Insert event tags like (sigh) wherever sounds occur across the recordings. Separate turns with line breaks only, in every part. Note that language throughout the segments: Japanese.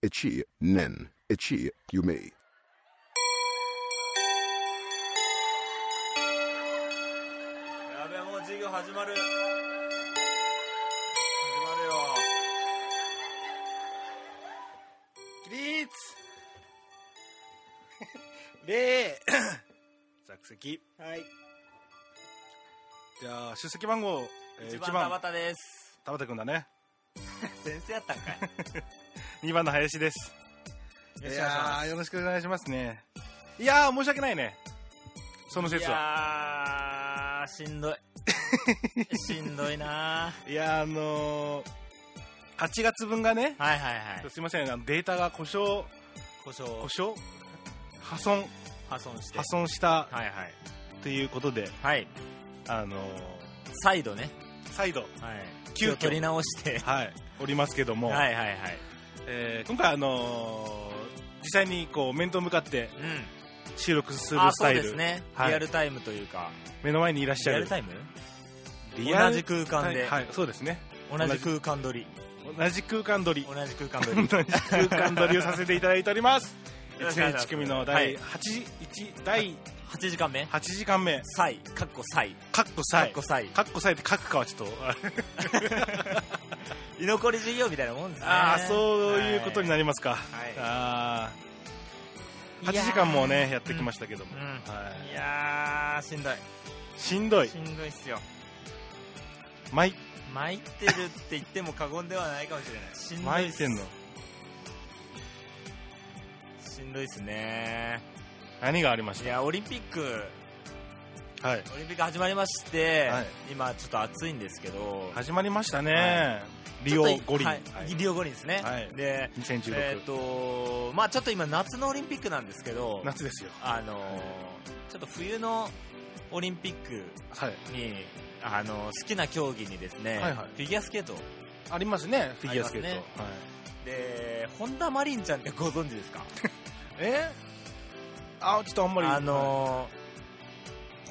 一年一夢
やべ、もう授業始まる。始まるよ。起立 (laughs) 礼
着席
はい。
じゃあ出席番号、えー
一
1
番
番
田畑です。
田畑君だね
先生やったん
(laughs)
かい。よ
2番の林です
ろ
い
しくお願いし
や
ま
ーよろしくお願いしますねいやー申し訳ないねその
す。い
説は
やー、しんど (laughs) い。しんどいない
やーあのー、8月分がね
ー。はいはいはい。
すいませんあのデータが故障
故障
故
を
障破損
破損して。
破損した
はいはい。
ということで
はい。
あのー、
再度ね。
再度
はい。
急
気
遽
を取り直して。
はいおりますけども、
はいはいはい。
えー今回あのー実際にこう面と向かって
うん。
収録する
あ
ス
そ
タ
う
イ
です
ル、
ね、
はい
リアルタイムというか
目の前にいらっし
リ
ゃ
ア
る
ルタイム
リア
同
ル
じ空間で、
はい、そうですね
同じ空間撮り
同じ空間撮り
同じ空間撮
同
り
じ空間
(laughs)
撮りをさせていただいております
よろしくお願いします
1組の第8、一第
8時間目
8時間目
サイかっこサイ
カッコ
か
サ
っ
イ
こサイ
カッコサイって書くかはちょっとあ
居残り授業みたいなもんですね
(laughs) あーそういうことに
な
なりますか、
い
ああ8時間もねやってきましたけども、
うん
はい
いやーしんどい
しんどい
しんどいっすよ
巻い
巻いてるって言っても過言ではないかもしれないしんどい
巻
っ
い
す
てんの
しんどいっすね
何がありまし
い
た
やオリンピック
はい
オリンピック始まりまして、
はい
今ちょっと暑いんですけど
始まりましたね、
は
リオ五輪、
はいリオ五輪ですね、
はい
で
2016、
えっ、とまあちょっと今夏のオリンピックなんですけど
夏ですよ
あのーちょっと冬のオリンピック
はい
にあのー好きな競技にですね、
はいはい
フィギュアスケート
ありますねフィギュアスケート、
ありま
はい
で本田マリンちゃんってご存知ですか
えあちょっとあんまり
あのー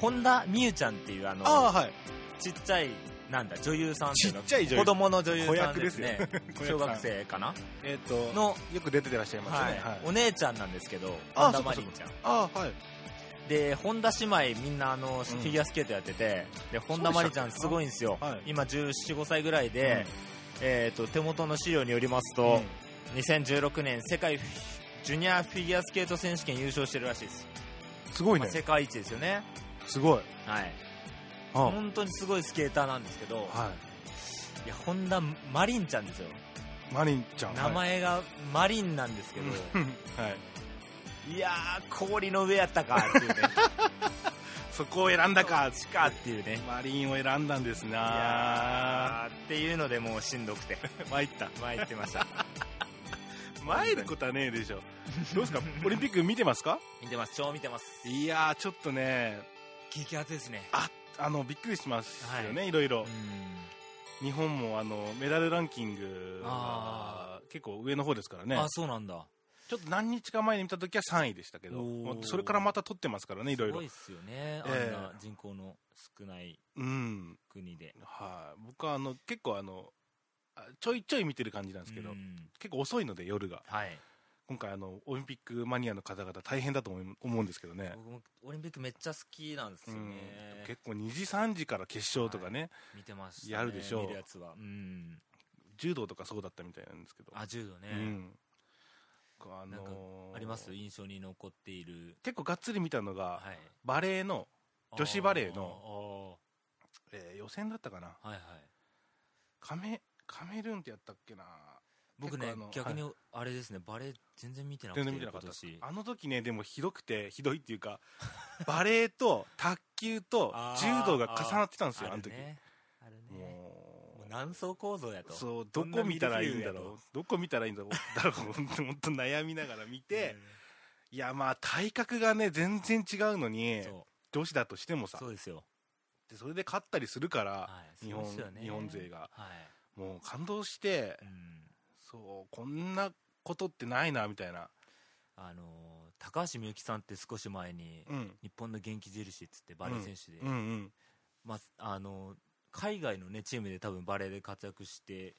本田望結ちゃんっていうあの
ああはい
ちっちゃいなんだ女優さんって
ち
い
っ
うの
ちゃい女優
子供の女優
子
さん
役
で
ですすよ
ね
子役さん
小学生かな
えっ、と
の、
よく出てらっしゃいますよ
は
ね、はい
い、お姉ちゃんなんですけど
あ
本
ー
田
そっか
マ
そ
リ
っか
ンちゃん
ああはい
で本田姉妹みんなあの、フィギュアスケートやっててで本田真理ちゃんすごいんですよ、
はい
今1 4 5歳ぐらいで、えー、と手元の資料によりますと、2016年世界フィジュニアフィギュアスケート選手権優勝してるらしいです、
うんすごい
ま
ね
あ、世界一ですよね
すごい
はい
あはい
本当にすごいスケーターなんですけどいや本田マリンちゃんですよ
マリンちゃん
名
はい
前がマリンなんですけど、
うんはい
いやー氷の上やったかっていう
(laughs)
ね
そこを選んだか
地下っていうね
マリンを選んだんです
い
な
やーっていうのでもうしんど (laughs) くて
参った
前言ってました
参ることはねえ (laughs) でしょどうですかオリンピック見てますか
(laughs) 見てます超見てます
いやーちょっとね
激アツですね
あのびっくりしますよね、い、ろいろ日本もあのメダルランキング
あ
が結構上の方ですからね
あそうなんだ
ちょっと何日か前に見た時は3位でしたけど、
おー
まあそれからまた取ってますからね、いろい
す
ろ
ごいっ。すよねあん
ええ
な人口の少ない
うん。
国で
はい。僕はあの、結構あの、あちょいちょい見てる感じなんですけど、
うん
結構遅いので夜が。
はい
今回あの、オリンピックマニアの方々大変だと思い思うんですけどね。
僕もオリンピックめっちゃ好きなんです
う
よ
ん
ね
結構2時3時から決勝とかね、
見てましたね
やるでしょう
見るやつはうん
柔道とかそうだったみたいなんですけど。
あ柔道
う
ね
ん。僕はあ
なんか
のー
あります印象に残っている
結構がっつり見たのが、
はい
バレーの、女子バレー
の
えー予選だったかな。
はいはい
カメ、カメルーンってやったっけな
僕
結
ね
構あの
逆にあれですねバレー全然見てなくて
全然見てなかった
今年
あの時ねでもひどくてひどいっていうか (laughs) バレーと卓球と
あー
柔道が重なってたんですよあ
ある
の時、
ねあるねも
も
う何層構造や
う
と
そう
ど
ど
んな
こ見たらいいんだ
ミルフィーユ
ろ
や
うどこ見たらいいんだろうだろう本当本当悩みながら
(laughs)
見て、いやまあ体格がね全然違うの
う
に
んそ
女子だとしても
う
さ
そうですよ
でそれで勝ったりするから、
はい
日本
そうですよね
日本勢が
は
もう感動して
いうん
そうこんなことってないなみたいな
あのー高橋みゆきさんって少し前に
うん
日本の元気印っつってバレー選手で
うんうん
まああのー海外のねチームで多分バレーで活躍して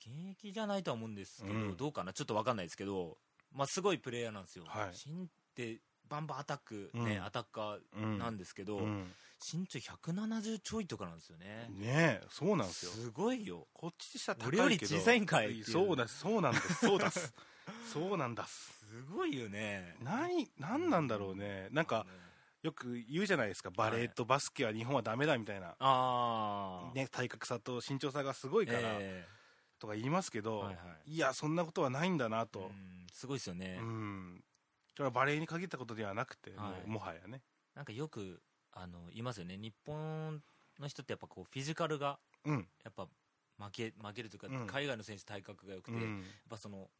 現役じゃないとは思うんですけど、
うん
どうかな、ちょっとわかんないですけど、まあ、すごいプレイヤーなんですよ、
はい
身ってバンバンアタック、ね
うん
アタッカ
うん
ーなんですけど、
うん
身長170ちょいとかなんですよね、
ねえそうなんですよ
すごいよ、
こっちとしたら高い
俺
けど
より小さいんかいっていう
そうだそうな
(laughs)
んですそうだっすそうなんだっす
すごいよね、
何何なんだろうねなんかよく言うじゃないですかバレーとバスケは日本はダメだみたいな、
あー、
ね、体格差と身長差がすごいから
え
とか言いますけ
え
ど、、
はいはい
やそんなことはないんだないと
うんすごいですよね、
うん、それはバレーに限ったことではなくて、
はい
もうもはやね
なんかよくあの言いますよね、日本の人ってやっぱこうフィジカルが
うん、
やっぱ負け負けるというか、
うん
海外の選手、体格が良く
う
て、やっ
ん
ぱその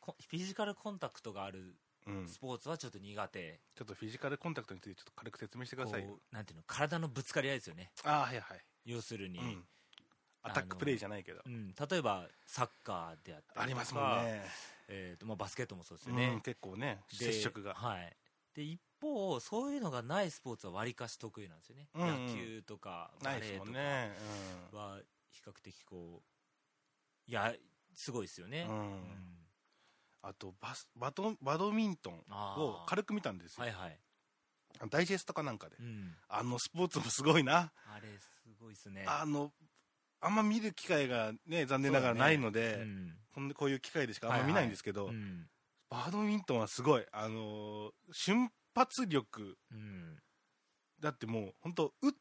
こフィジカルコンタクトがある
うん、
スポーツはちょっと苦手、
ちょっとフィジカルコンタクトについてちょっと軽く説明してくだ
こ
さいよ
うなんていうの、体のぶつかり合いですよね、
ああはいはい、
要するに、
う
うん
ん、アタックプレイじゃないけど
例えばサッカーであったりとか
ありますもんね
えーとまあ、バスケットもそうですよ
う
ね
ん、、結構ね
で
接触が
はい、で一方、そういうのがないスポーツはわりかし得意なんですよね、
うんうん
野球とかバ
な
レ
いで
ー
すも
と
ん
か。
ね
は比較的こういやすごいですよね、
うん、う
うん
ん、あとバスバドバドミントン
あー
を軽く見たんですよ、
はいはい、
ダイジェストかなんかで、
うん、
あのスポーツもすごいな、
あれすごいですね
あのあんま見る機会がね残念ながらないので、
うん
こんでこういう機会でしかあんま見ないんですけど、
うん
バドミントンはすごいあのー瞬発力
うん
だってもう本当う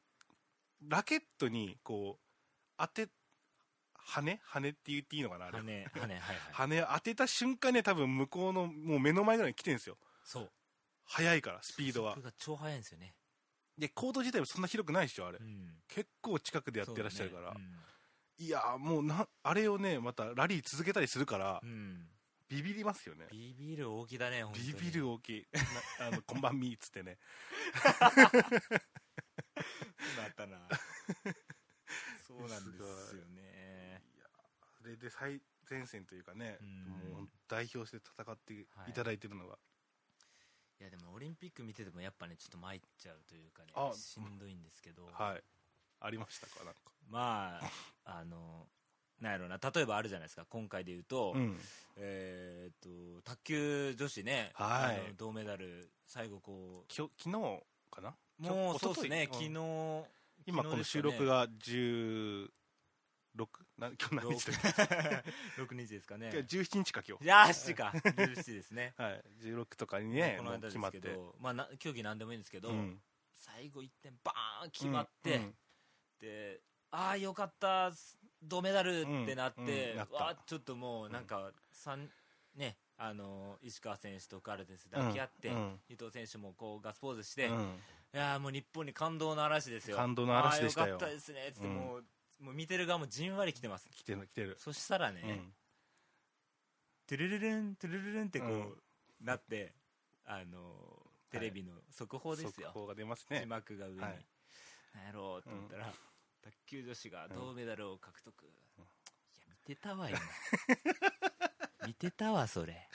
ラケットにこう当て羽羽って言っていいのかなあれ
羽根羽根はいはい
羽を当てた瞬間ね多分向こうのもう目の前ぐらいに来てるんですよ
そう
速いからスピードは
速が超速いんですよね、
でコート自体もそんな広くないでしょあれ、
うん、
結構近くでやってらっしゃるから、
そうね
いやーもうなあれをねまたラリー続けたりするから、
うんうん
ビビりますよね
ビビる大きだね本当に
ビビる大
(laughs)
きいなあのこんばんみーっつってね
なった (laughs) なそうなんですよね
それで最前線というかね、
うん
もう代表して戦っていただいてるのが、
いやでもオリンピック見ててもやっぱねちょっと参っちゃうというかね
あ
しんどいんですけど
はいありましたかなんか
まあ、あの、なんやろうな、例えばあるじゃないですか、今回で言うと、
うん
えーっと、卓球女子ね、
はい
あの銅メダル、最後こ
きょ昨日かな
う、もうそうですね、昨
昨
日、
日
6
今この収録が16な今日何日だっけ
(laughs) 日ですかね
今。日17日か今日
じゃあ、7か、17ですね。
はい16とかに (laughs) ね
この
もう
間で
決
す
まっ
け
て
ど、まあな、競技なんでもいいんですけど、
うん
最後1点、バーン決まって、
うん
で、ああ、よかった、銅メダルってなって、
うんうんなった
わあちょっともう、なんか、三ね、あの石川選手とカルテス抱き合って、
うんうん
伊藤選手もこうガッツポーズして、
う
い
ん
やーもう日本に感動の嵐ですよ、
感動の嵐でしたよ
あーよかったですねっつって、
うん
もうもう見てる側もじんわり来てます、
来てる来てる、
そしたらね、
うん
トゥルルルン、トゥルルルンってこう、
うん
なって、あのーテレビの速報ですよ、
速報が出ます
字
ね
幕が上に、
はい
なんやろうと思ったら、卓球女子が銅メダルを獲得、いや見てたわよ (laughs) 見てたわそれ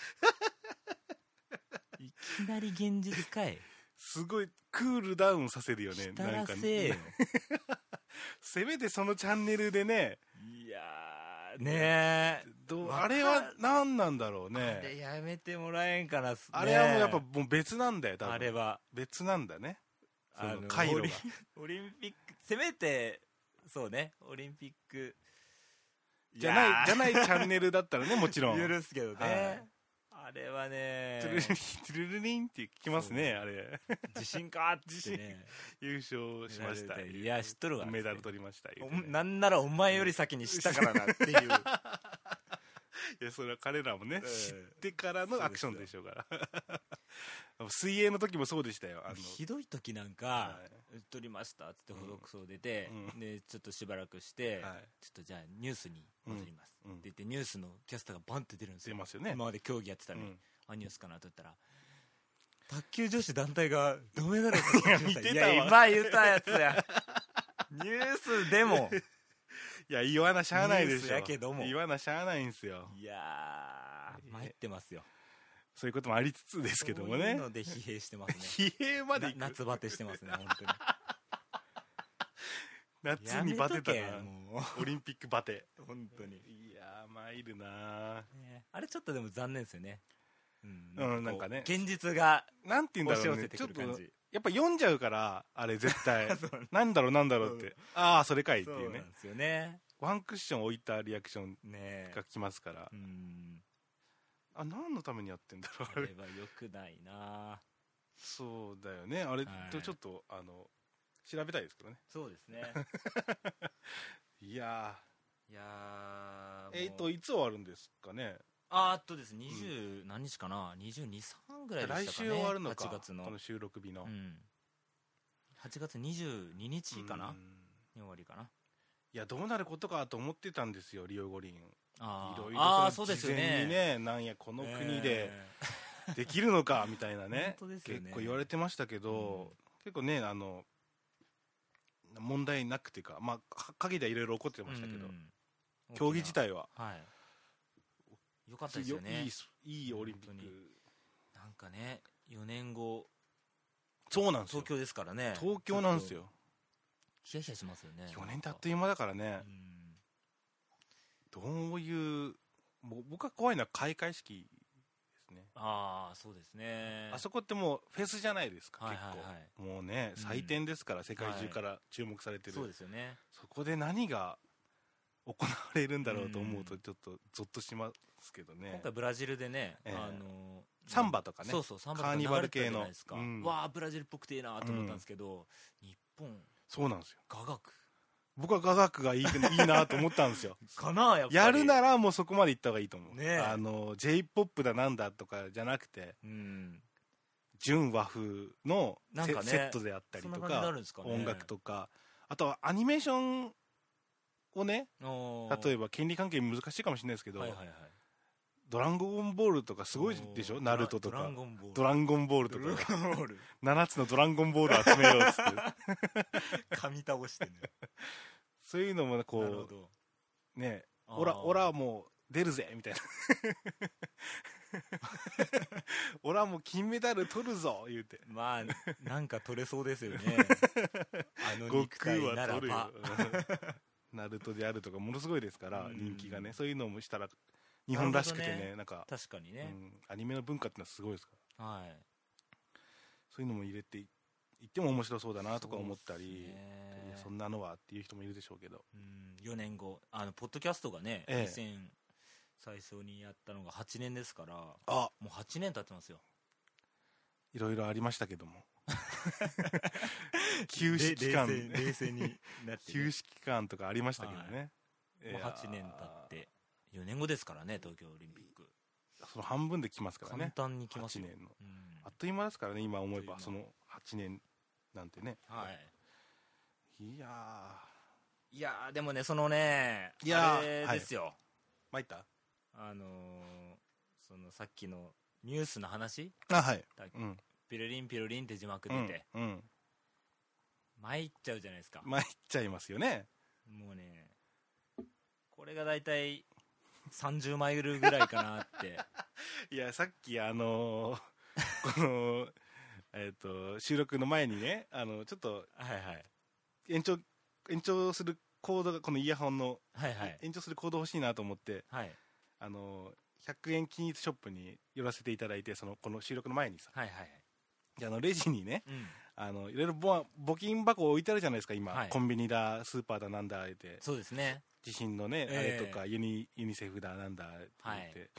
いきなり現実か
(laughs)
い
すごいクールダウンさせるよね
した
なん
ら
か
せえよ
ねせめてそのチャンネルでね
いやーねえ
どう
わか
あれは何なんだろう
あれ
ね
やめてもらえんかな
あれはもうやっぱもう別なんだよ多
あれ
分
は
別なんだねそ
あ
の
の
回路
オ
が
リンオリンピックせめてそうねオリンピック
じゃないじゃ
い
ないチャンネルだったら (laughs) ねもちろん
やー許すけどね、あれはね
トゥルルリン、トゥルルリンって聞きますね、あれ。
(laughs) 自信かっつって
自
ね
優勝しました。
いや知っとるわ
メダル取りました。言
お
うてね
なんならお前より先に知ったからなっていう
いや、それは彼らもね、
え
知ってからのアクションでしょうから。 (laughs) 水泳の時もそうでしたよ。あの、
ひどい時なんか、
は
撮りましたっつって補読層出て、
う
でちょっとしばらくして、
はい
ちょっとじゃあニュースに戻ります、
うんうん
って言ってニュースのキャスターがバンって出るんです
出
よ、
ますよね。
今まで競技やってた
う
のに、
ん
あニュースかなと言ったら卓球女子団体が銅メダルを獲得しました
いや見
(laughs)
て
い
たわ
や今言ったやつ (laughs) やニュースでも
いや、言わなしゃあないで
ニュー
し
ス
ょ。
やけども
言わなしゃあないんですよ。
いやー参ってますよ
そういうこともありつつですけども
そういう
ね。
ので疲弊してますね
疲弊まで行
な
く。
夏バテしてますね本当に
夏にバテた
やめと
ら
け、も
オリンピックバテ。
う本当に
いややー参るな
ねあれちょっとでも残念ですよねうん
うん
こう
なんかね
現実が
ーなんて言うん
押
だ
し
ろう
寄
ね
せて
ちょ
く
っ
る
と
感じ
やっぱ読んじゃうからあれ絶対
(laughs) そうなん
なんだろうなんだろうって、
うん
ああそれかいって
そ
いう
うな
ね
んですよね
ワンクッション置いたリアクション
ねえ
が来ますから
うん
あ何のためにやってんだろう
あ
あ
れ
れ
は良くないな
そうだよねあれ
はい
とちょっとあの調べたいですけどね
そうです
(laughs)
ね
いや
いや
ーえっ、と
あ
いつ終わるんですかね
あーっとです二十何日かな二十二三ぐらいでしたかね
来週終わるのか
8月
この
の
収録日の、
うん8月22日かな
うん
に終わりかない
やどうなることかと思ってたんですよリオ五輪い
あー
ろい
あー
ろ
そ
そうの
です
事
よ
前
ね
にねなんやこの国で
え
できるのかみたいなね
本当ですよね
結構言われてましたけど、結構ねあの問題なくていうかまあか限りはいろいろ起こって
ー
ましたけど、
うん
競技自体は
はいよかったですよね
いいすいいオリンピッ
本当に
ク
なんかね4年後
そうなんですよ
東京ですからね
東京なんです
ちょっ
よ
とヒヤヒヤしますよね
4年経っていう間だからね
う、ん
どういうもう僕は怖いのは開会式ですね
ああそうですね
あそこってもうフェスじゃないですか、
はいはい
結
はい
構もうね
うん
祭典ですから、世界中から注目されてる、
そうですよね
そこで何が行われるんだろうと思う
う
とちょっとゾッとしますけどね、
今回ブラジルでね、
ええ
あの
サンバとかね
そうそうサンバと
カ
か
ーニバル系
流
の
れてたじゃないですか、
うん
わあブラジルっぽくていいなと思ったんですけど、日本
そうなんですよ
雅楽
僕は雅楽がいいけどいいなと思ったんですよ
かな (laughs) やっぱり
やるならもうそこまで行った方がいいと思う、
ねえ
あの j p o p だなんだとかじゃなくて
うん
純和風のセ,、
なんかね
セットであったり
そん
と
な
か
感じになるんですかね
音楽とかあとはアニメーションをね例えば権利関係難しいかもしれないですけど、
はいはいはい
ドラゴンボールとかすごいでし
お
ょ
ー
ナルトと
ド
か
ラゴンボール
ドラゴンボールと
ドラ
か
ゴンボール
7つのドラゴンボールを集めようっつって
(laughs) 噛み倒してね
そういうのも
な
ね
るほ
(laughs) こ
ど
うね
あー
オラオラもう出るぜみたい
(laughs)
なオラもう金メダル取るぞ言うて
まあなんか取れそうですよね
(laughs)
あの
悟
肉体
空
な
は
ら
取るよ
ば
ナルトであるとかものすごいですから
うん
人気がねそういうのもしたら日本らしくて
なるほど
ねなんか、
確かにね
う、んアニメの文化ってのはすごいですから
はい
そういうのも入れていっても面白そうだなとか思った
そうっす
りいや
ね
そんなのはっていう人もいるでしょうけど
うん4年後あのポッドキャストがね、
ええ
2000最初にやったのが8年ですからも
あ
う8年経ってますよ
いろいろありましたけども
(laughs)
休止期間
れ冷静になってね、
(laughs) 休止期間とかありましたけどね、
もう8年経って4年後ですからね東京オリンピック、
いやーその半分で来ますから
簡
ね
単に来ます
8
よ、
年の
うん
あっという間ですからね今思えば
あっと
そ
いう
の8年なんてね
はい
いやー
いやーでもねそのね
いやー
あれですよ、
参った
あのーそのさっきのニュースの話
あはい
だっけ
うん
ピロリンピロリンって字幕
う
出
ん
て、
うん
参っちゃうじゃないですか
参っちゃいますよね
もうね、これが大体30マイルぐらいかな
(laughs)
って。
いやさっき
(laughs)
あのーこのえっと収録の前にねあのちょっと
はいはい。
延長延長するコードがこのイヤホンの
はいはい。
延長するコード欲しいなと思って
はい。
あの100円均一ショップに寄らせていただいてそのこの収録の前にさ
はいはい。
であのレジにね
うん。
あのいろいろぼ募金箱置いてあるじゃないですか今、
はい
コンビニだスーパーだなんだって
そうですね。
地震のね、
ええ
あれとかユニユニセフだなんだって言って、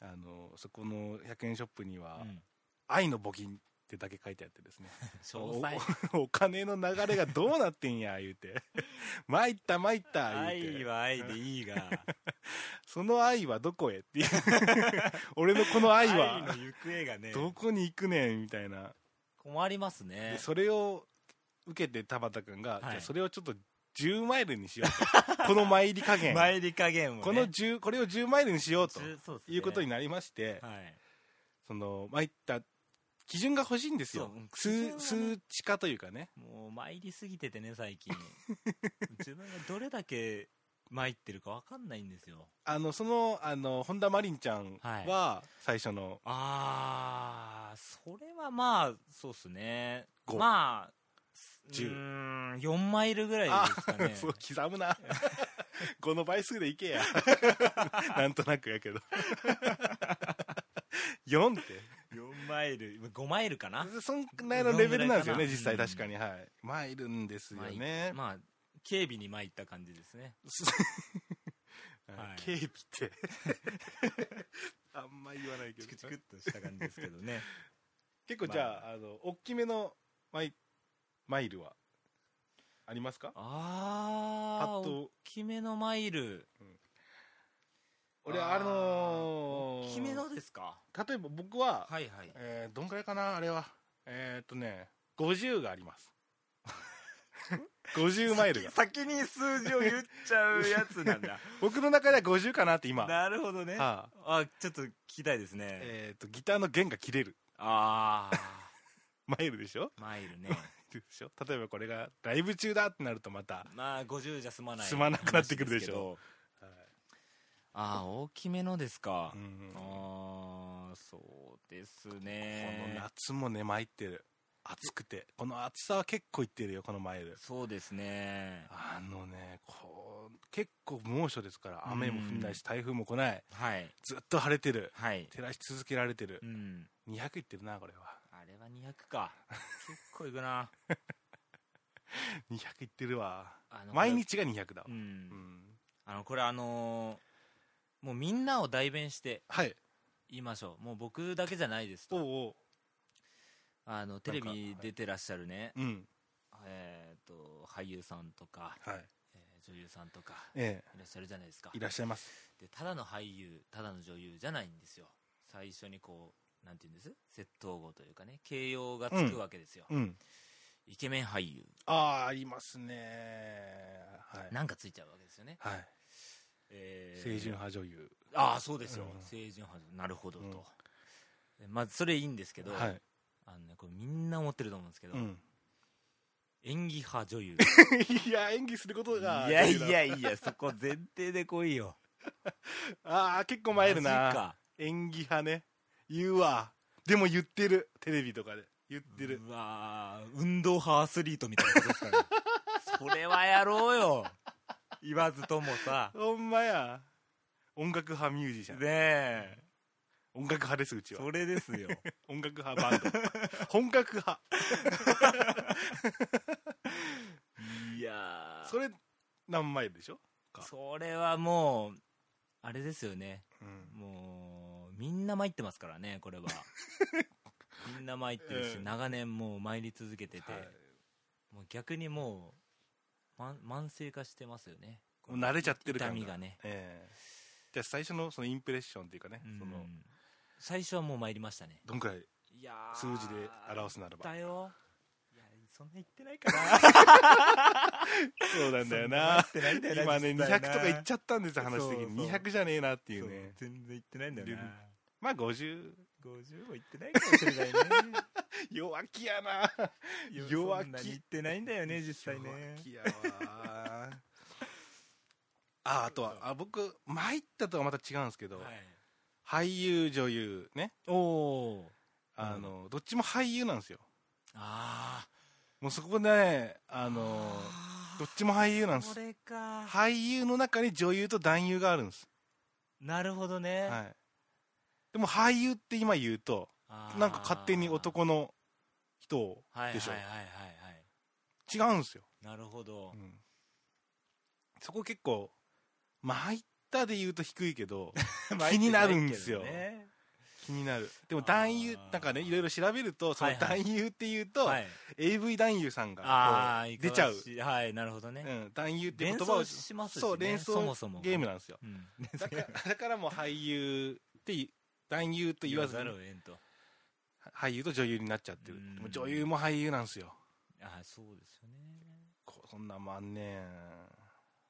あのそこの100円ショップには
う
「
ん。
愛の募金」ってだけ書いてあってですね (laughs)
詳細。
おお金の流れがどうなってんや言うて (laughs) 「参った参った」言うて
愛は愛でいいが、
その愛はどこへ?」っていう (laughs) 俺のこの愛は
の行方がね、
どこに行くねんみたいな、
困りますね
で。それを受けて田畑君
は
が、
い
じゃあそれをちょっと10マイルにしようと (laughs) この参り加減
参り加減をね。
この10これを10マイルにしようと
じゅそうですね
いうことになりまして、
はい。
その参った基準が欲しいんですよ、
そううん
数数値化というかね
もう参りすぎててね、最 (laughs) 近。自分がどれだけ参ってるかわかんないんですよ。
あのそのあの本田真凛ちゃんは最初の、
あー、それはまあ、そうっすね。
五
まあ、
十 (laughs)
うーん、4マイルぐらいですか
あ。
ね (laughs)
そう刻むな5の倍数でいけやなんとなくやけど (laughs) 4って
4マイル5マイルかな
そんくらいのレベルなんですよ
どんぐらいかな
ね実際
うん
確かにはいまいるんですよね、
まあ警備に参った感じですね
(laughs)
はい
警備ってあんま言わないけ
チ
ど
クチクっとした感じですけどね
結構じゃあ,、あ、の大きめのマイマイルはありますかパ
ああ
ッ
大
と
きめのマイル
俺
あー
あのー
大きめのですか
例えば僕は、
はいはい
えーどんくらいかなあれはえーっとね50があります
(laughs)
50マイルが
先先に数字を言っちゃうやつなん
(laughs)
だ
僕の中では50かなって今、
なるほどね
はあ
あちょっと聞きたいですね、
えーっとギターの弦が切れる (laughs)
あ
マイルでしょ
あマイル
(laughs)
ね
でしょ例えばこれがライブ中だってなるとまた
まあ50じゃ済まない
済まなくなってくるでし
話
ょ
ですけどああ大きめのですか、
うん
ああそうです
こ
ね
の夏もね参ってる暑くてこの暑さは結構いってるよこのマイル
そうですね
あのねこう結構猛暑ですから雨も降んないし台風も来ない
はい
ずっと晴れてる
はい
照らし続けられてる
うん
200いってるなこれは
あれは200か結構いくな
200いってるわ
あの
(laughs) 毎日が200だわ
う、ん
うん
あのこれあのーもうみんなを代弁して
はい
言いましょうもう僕だけじゃないです
おう
と
お
あのテレ
なん
ビ
かはい
出てらっしゃるね、
ううん
えー、と俳優さんとか、
はい
えー女優さんとか
え
いらっしゃるじゃないですか
えいらっしゃいます
でただの俳優ただの女優じゃないんですよ最初にこうなんていうんです窃盗語というかね形容がつくわけですよ、
うん
イケメン俳優
ああありますねはい
なんかついちゃうわけですよね、
はい
えー
清純派女優
ああそうですよ、
うん
清純派なるほどと、
うん
でまあそれいいんですけど、
はい
あのね、これみんな思ってると思うんですけど、
うん (laughs)
演技派女優
いや演技すること
い
が
やいやいやそこ前提で来いよ
ああ結構参る
マジ
な
か
演技派ね言うわでも言ってるテレビとかで言ってる
うわー運動派アスリートみたいなことです
(laughs)
から、ね、それはやろうよ言わずともさ
ほんまや音楽派ミュージシャ
ね
ン
え
音楽派ですうちは
それですよ
音楽派バン
(laughs)
ド本格派
いや
それ何マイルでしょ、か
それはもうあれですよね
うん
もうみんな参ってますからねこ (laughs) れはみんな参ってるし、
うん
長年もう参り続けてて、
はい
もう逆にもう、ま、慢性化してますよね
もう慣れちゃってる感
痛みがね
ええじゃあ最初のそのインプレッションっていうかね、その
うん最初はもう参りましたね
どんくらい
いやー
数字で表すならば
だよいやそんな言ってないから
そうなんだよ
そんな
な
ってないんだよな
今ね
実際
200と
な
かいっちゃったんですよ話的
そう
に
そう
200じゃねえなっていう
そう
ね
全然言ってないんだよな
まあ50
50も言ってないかもしれない
(laughs)
ね
弱気やな弱
弱気
気
言ってないんだよね実際ね
弱気やわああとはあ僕参ったとはまた違うんですけど、俳優女優ね
おお
あの、どっちも俳優なんですよ
あ
もうそこでね
あ
あの
ー
どっちも俳優なんで
そ
す
れか
俳優の中に女優と男優があるんです、
なるほどね、
はい、でも俳優って今言うと
あー
なんか勝手に男の人をでしょ、
はいはいはいはいはい
違うんですよ、
なるほ
(laughs)
ど、
うんそこ結構参ったで言うと低いけど
(laughs)
気になるんですよ
入ってないけどね
気になるでも男優
あー
なんかねいろいろ調べるとそ
は
の
いはい
男優っていうと、
はい、
AV 男優さんが
ああ
こう出ちゃう、
はいなるほどね、
うん、男優って言
連
葉を
想しますし、ね、
そう連
そ
想
もそも
ゲームなん
(laughs)
ですよ
うん
だからだからもう俳優ってい男優と言わず
ざる
に
をえんと
俳優と女優になっちゃってる
うん
でも女優も俳優なんですよ
ああそうですよね
こそんなんもあんねん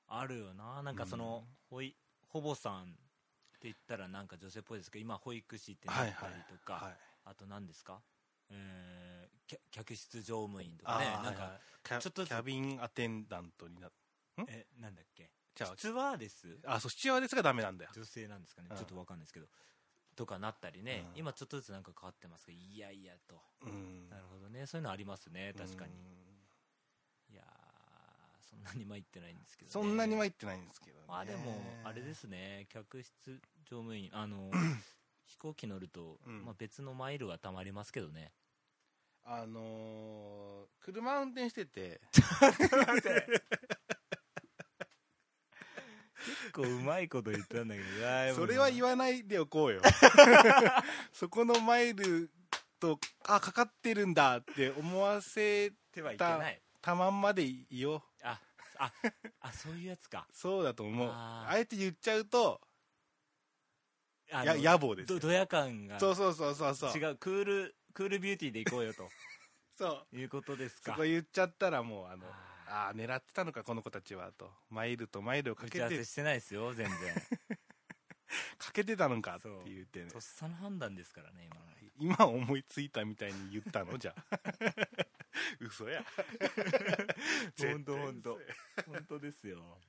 あるよななんかその、ほいほぼさんって言ったらなんか女性っぽいですけど今保育士ってなったりとか、
はい
あと何ですか、えー客客室乗務員とか
あ
ねな
ー
ん
はいは
か
いキャ
ちょっとずつ
キャビンアテンダントになっ
(laughs) えなんだっけ
ちゃう
実はです
あそうシチュアですがダメなんだよ
女性なんですかね
うん
ちょっとわかんないですけどとかなったりね、
うん
今ちょっとずつなんか変わってますけどいやいやと、
うん
なるほどねそういうのありますね確かに、
うん
いやーそそんなに参ってないんですけど、ね、
そんなに参ってないんですけど、ね、
まあでもあれですね客室乗務員あ
(clears throat)
の飛行機乗ると、
うん
まあ、別のマイルがたまりますけどね
あのー車運転し
(laughs)
てて
結構うまいこと言ったんだけど
それは
言
言わないでおこう
(laughs)
よそこのマイルとあかかってるんだって思わせ
ってはいけない
たまんまでいいよ
あああそういうやつか
そうだと思う
あ
あ
ー
えて言っちゃうと
あ
(laughs) や
の
野暮です
ど
よ
ドヤ感が
そうそうそうそうそう
違うクールクールビューティーでいこうよ
(laughs)
と
そう
いうことです
そ
か
こ言っちゃったらもうあの
あ
ああ狙ってたのかこの子たちはとマイルとマイルを
ー
か
打
け
ち合わ
て
せしてないですよ全然
かけてたのかって
そう
言ってね
とっさの判断ですからね今の
今思いついたみたいに言っ
(laughs)
たのじゃあ (laughs) 嘘や
ほんとほんと
(laughs) 絶対嘘や
本当ですよ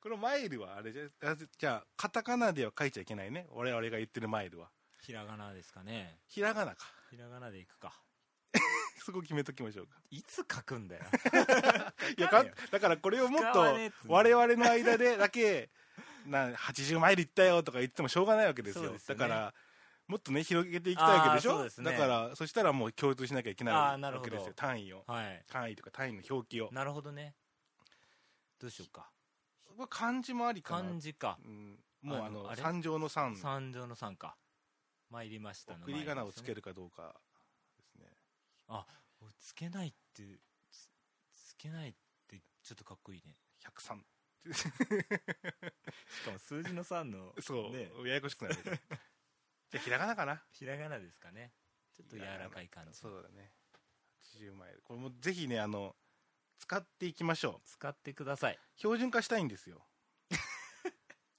このマイルはあれじゃあじゃあカタカナでは書いちゃいけないね我々が言ってるマイルは
ひらがなですかね
ひらがなか (laughs)
ひらがなでいくか
そこ決めときましょうか
いつ書くん
(laughs)
だよ
いや
か
か
んね
だからこれをもっ
使
と
わねえっつうの
我々の間でだけ (laughs) な80マイル行ったよとか言ってもしょうがないわけですよ
そうですよ
だ
ね
からもっとね広げていきたいわけでし
あーそう
ょ
ですね
だからそしたらもう共通しなきゃいけない
あーなる
わ
ほ
け
ど
ですよ単位を
はい
単位とか単位の表記を
なるほどねどうしようか
これ漢字もありかな
漢字か
うん、もうあの
あのあれ
三条の三送
三条の三か参りましたの
り仮名をつけ
る
るかどうかですね
つけないってつつけないってちょっとかっこいいね
103
しかも数字の3の
(laughs) そう、
ね
ややこしくなる
(laughs)
じゃあひらがなかな
ひらがなですかねちょっと柔らかい感じ
そうだね80マイルこれもぜひねあの使っていきましょ
使ってくださいう
標準化したいんですよ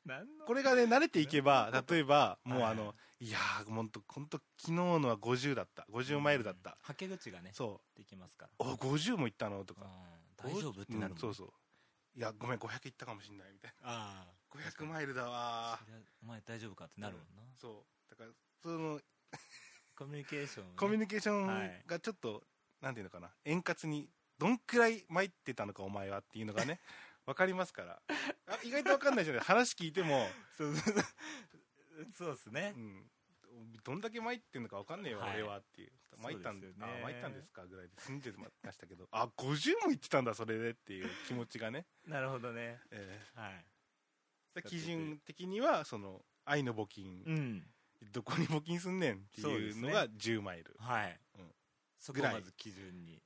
何の
これがね慣れていけば例えばもう
はい
あの、い、やーほんとほんと昨日のは50だった50マイルだった、
はけ口がね
そ
できますから
うお50も行ったのと
う
か、
ん大丈夫ってなるもん、
うんそうそういやごめん500行ったかもしんないみたい
あ
な500マイルだわ
あお前大丈夫かってなるもんな、
ーそうだからその
コミュニケーションをね、
コミュニ (laughs) ケーショ
はい
ンがちょっと、なんていうのかな円滑にどんくらい参ってたのかお前はっていうのがね
(laughs)
わかりますからあ意外とわかんないじゃない話聞いても、
そうそうそうそうですね
う、ん、どんだけ参ってんのかわかんねえよ、
はい
俺はっていう参った
そ
ん
うですよ
あ
ね
参ったんですかぐらいで済んでましたけどあ50も行ってたんだそれでっていう気持ちが
(laughs)
ね、
なるほどね
え
はい
え基準的にはその愛の募金、
うん
どこに募金すんねんって
そうで
い
す
う
ね
のが10マイル、 (laughs)
はい、
うん
そこをまず基準に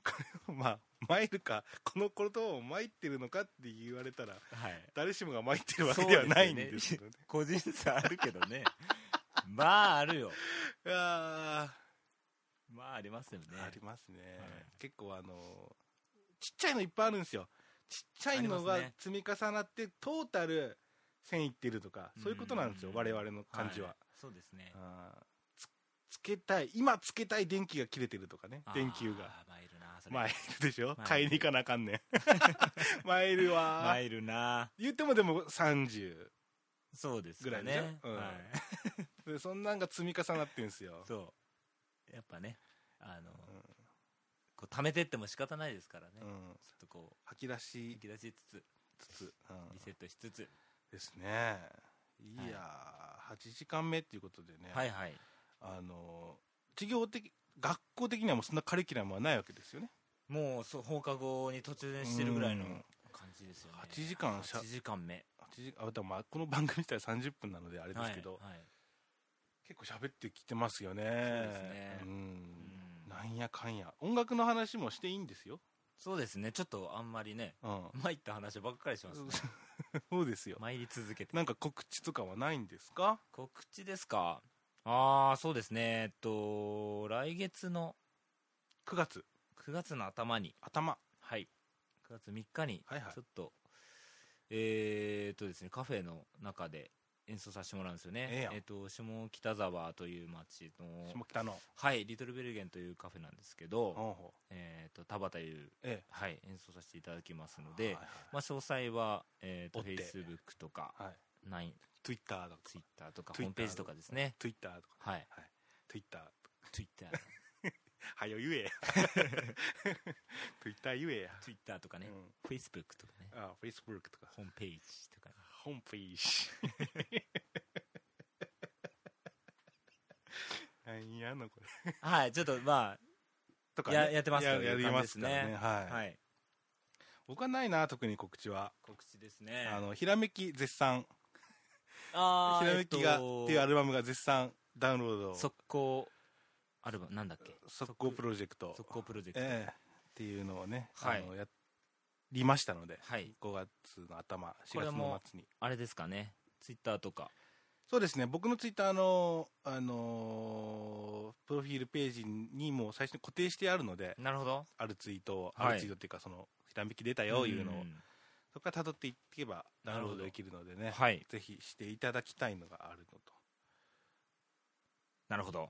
まあ参るかこのことを参ってるのかって言われたら
はい
誰しもが参ってるわけではないんですけどね。
個人差あるけどね (laughs) まああるよ (laughs)
いや
まあありますよね
ーありますね、
はい
結構あのちっちゃいのいっぱいあるんですよちっちゃいの
あ
が
りますね
積み重なってトータル1000いってるとかそういうことなんですよ
うん
我々の感じは、
いそうですね
あーつつけたい今つけたい電気が切れてるとかね電球が
あーマイルなそれ
マイルでしょ
マイル
買いに行かなあかんね
(laughs)
んマイルは
マイルな
言ってもでも30
そうですかね
ぐらいでしょうん
はい、
でそんなんが積み重なってんすよ
そうやっぱねあの、
うん
こう貯めてっても仕方ないですからね、
う
ちょ
ん
っとこ
吐き出
う
し
引き出しつつ
つつ、うん
リセットしつつ、
ですねいやー、8時間目っていうことでね、
はいはい
あのー授業的学校的にはもうそんなカリキュラムはないわけですよね
もうそう放課後に突然してるぐらいの
うん
感じですよね
8時間しゃ
8時間目
8時あでもまあこの番組自体30分なのであれですけど、
はいはい
結構喋ってきてますよね
すね
うん
うん
なんやかんや音楽の話もしていいんですよ、
そうですねちょっとあんまりね
うん、
参った話ばっかりしますね
(laughs) そうですよ
参り続けて
なんか告知とかはないんですか
告知ですかああそうですねえっと来月の
9月
9月の頭に
頭
はい9月3日に
はいはい
ちょっと、えーっとですねカフェの中で演奏させてもらうんですよね
ええやん
っと下北沢という町の
下北の
はいリトルベルゲンというカフェなんですけど、
おうほう
えーっと田畑優
え
はい演奏させていただきますの
え
で、
はい
まあ、詳細は、えー、と
追って
Facebook とか
はいはい、
9
Twitter とか
Twitter とか
Twitter
ホームページとかですね
Twitter とか
はい
Twitter
(laughs) Twitter
はよ言
(laughs)
えや Twitter 言えや、
Twitter とか
う
ね、
ん、
Facebook とかね、
あ Facebook とか
ホームページとかね。
ホームページ (laughs) 何やんのこれ
はい、ちょっとま
とか、
ややってます
や
という
やりますから
感じ
ね
で
はい
あ、、はい、
僕はないな特に告知は、
告知ですね。
あのひらめき絶賛
あ
ひ
ー
らめきが、
えと
っていうアルバムが絶賛ダウンロード
速攻アルバムなんだっけ
速攻プロジェクト
速攻プロジェクト、
ええっていうのをね、
はい
あのやりましたので
はい
5月の頭4
これ
月
も
の末に
あれですかねツイッターとか
そうですね僕のツイッターの、あのープロフィールページにもう最初に固定してあるので
なるほど
あるツイートを、
はい
あるツイートっていうかそのひらめき出たよいうのを、
ん
そこから辿っていけば
なる
ダウン
ほ
ロ
ど
ードできるのでね
はい
ぜひしていただきたいのがあるのと
なるほど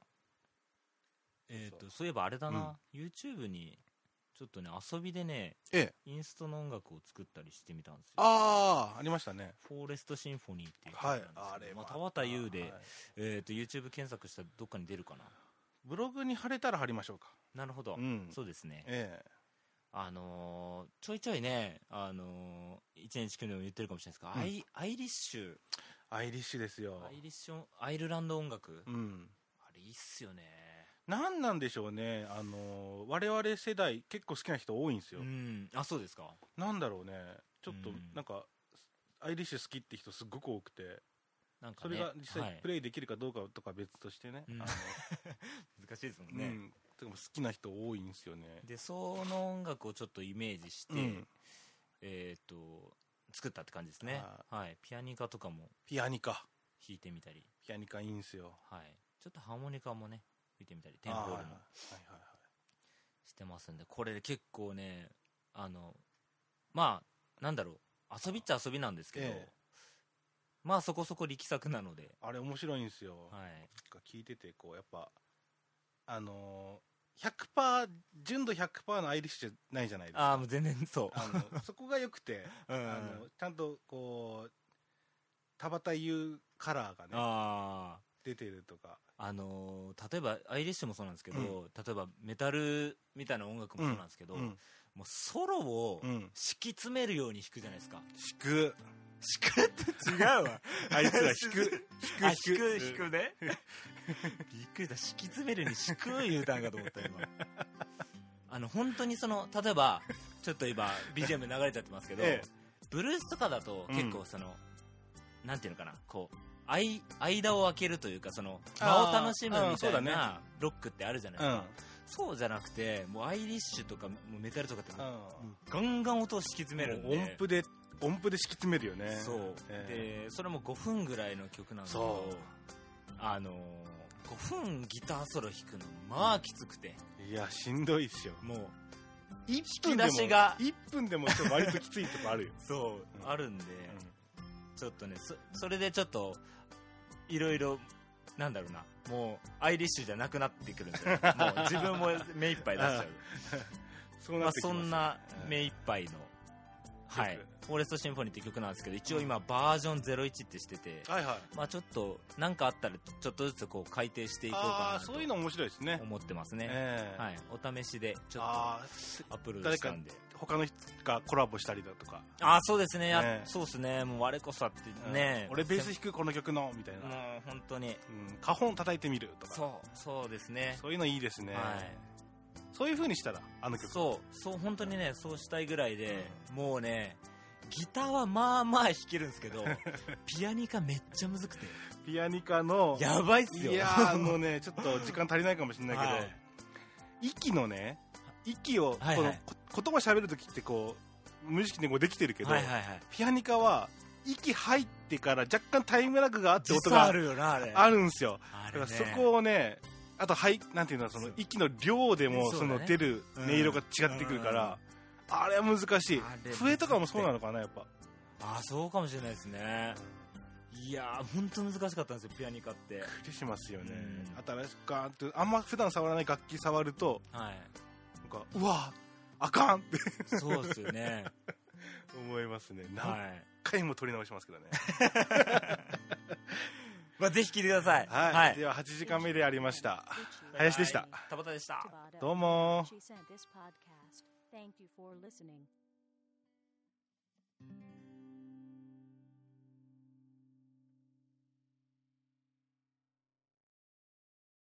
えっ、とそういえばあれだな、YouTube にちょっとね遊びでね
ええ
インストの音楽を作ったりしてみたんですよ
ああありましたね
フォーレストシンフォニーっていう曲な
は
ん
い
ですけど、
あれ
まあ、田畑優で、
はい
えー、と YouTube 検索したらどっかに出るかな
ブログに貼れたら貼りましょうか
なるほど、
うん
そうですね
ええ
あのーちょいちょいね、あのー、1年1 9年も言ってるかもしれないですけど、
うん
アイアイリッシュ
アイリッシュですよ
アイリッシュアイルランド音楽、
うん
あれいいっすよね
何なんでしょうねあの我々世代結構好きな人多いんですよ、
うんあそうですか
なんだろうねちょっと
うん
なんか、アイリッシュ好きって人すごく多くて
なんか
そ
ね
れが実
は
際
い
プレイできるかどうかとか別としてね、
うん
あ
難しいですもん
の
(laughs) ね、
うんでも好きな人多いんですよね
でその音楽をちょっとイメージして、
うん
えっ、と作ったって感じですね
あ
はいピアニカとかも
ピアニカ
弾いてみたり
ピアニカいいんですよ
はいちょっとハーモニカもね吹いてみたりテンポール
あーはい
も
はいはい
してますんでこれ結構ねあのまあなんだろう遊びっちゃ遊びなんですけど、
ええ
まあそこそこ力作なので、
あれ面白いんですよ、
はい、
なんか聞いててこうやっぱあのー、100%純度100%のアイリッシュじゃないじゃないですか
ああもう全然そ
あのそこが良くて、
う、うん、あ
あのちゃんとこう田畑優カラーがね
あ
出てるとか
ーあのー例えばアイリッシュもそうなんですけど、例えばメタルみたいな音楽もそうなんですけど、
うん
もうソロを
うん
敷き詰めるように弾くじゃないですか、
引く
弾くって違うわ
あいつ
(laughs)
ら引く
あ弾
引
く
く
弾くねびっくりした敷き詰めるに弾く言うたんかと思った今あの本当にその例えばちょっと今 BGM 流れちゃってますけど、
ええ
ブルースとかだと
うん
結構その、なんていうのかなこうあい間を空けるというかその間を楽しむ
あー
み
そう
た
だ
い
ね
なロックってあるじゃないで
(laughs) う
す
ん
か、そうじゃなくてもうアイリッシュとかもうメタルとかってもう
うん
ガンガン音を敷き詰めるんで
音符で音符で敷き詰めるよね
そう、
え
でそれも5分ぐらいの曲なんですけど
そう
あのー5分ギターソロ弾くのまあきつくて
いやしんどいっすよ
もう
1
き出しが
1分でもちょっと割ときついとこあるよ、
そう、
うん
あるんで、
うん
ちょっとねそそれでちょっといろいろなんだろうなもうアイリッシュじゃなくなってくるんですよも
(laughs)
う自分も目いっぱい出しちゃう
そう
ま
な
あ
ってきます
そ
よ
んな目いっぱいの、はい
曲
「フォーレストシンフォニー」って曲なんですけど一応今バージョン01ってしてて、
はいはい
まあ、ちょっと何かあったらちょっとずつこう改定していこうか
あ
な
あ
と
そういうの面白いです (laughs) ね
思ってますね、
ええ
はい、お試しでちょっとア
ああ
ップロードしたんで
他の人がコラボしたりだとか
ああそうですねや
ね
そうですねもう我こそはってね、
うん俺ベース
も
弾くこの曲のみたいな、
う本当に
うん、花本叩いてみるとか
そうそうですね
そういうのいいですね、
はい
そういう風にしたらあの曲
そうそう本当にねそうしたいぐらいで、もうねギターはまあまあ弾けるんですけど
(laughs)
ピアニカめっちゃむずくて
ピアニカの
やばいっすよ
いや
(laughs)
ーあのね (laughs) ちょっと時間足りないかもしれないけど、
は
息のね息を、
はいはい
このこ言葉喋るときってこう無意識でこうできてるけど、
はいはいはい
ピアニカは息入ってから若干タイムラグがあっ
時
て
差
音が
あるよなあれ
あるんですよ
あ
だか
れ、
ら
ね、
そこをねあとはいなんていうのその
そう
息の量でも
そう
そ
だね
の出る音色が違ってくるから、あれは難しい
あれ
笛とかもそうなのかなやっぱ
ああそうかもしれないですねいやー本当難しかったんですよピアニカって
びっくりしますよね
うん
新しくガーンってあんま普段触らない楽器触ると
はい
なんかうわあかんって
そうですよね (laughs)
思いますね何
は (laughs)
回も取り直しますけどね
まあ、ぜひ聞いてください。
はい、
はい。
では8時間目でありました林でした、
田畑でした。
どうも
She sent this podcast. Thank you for listening.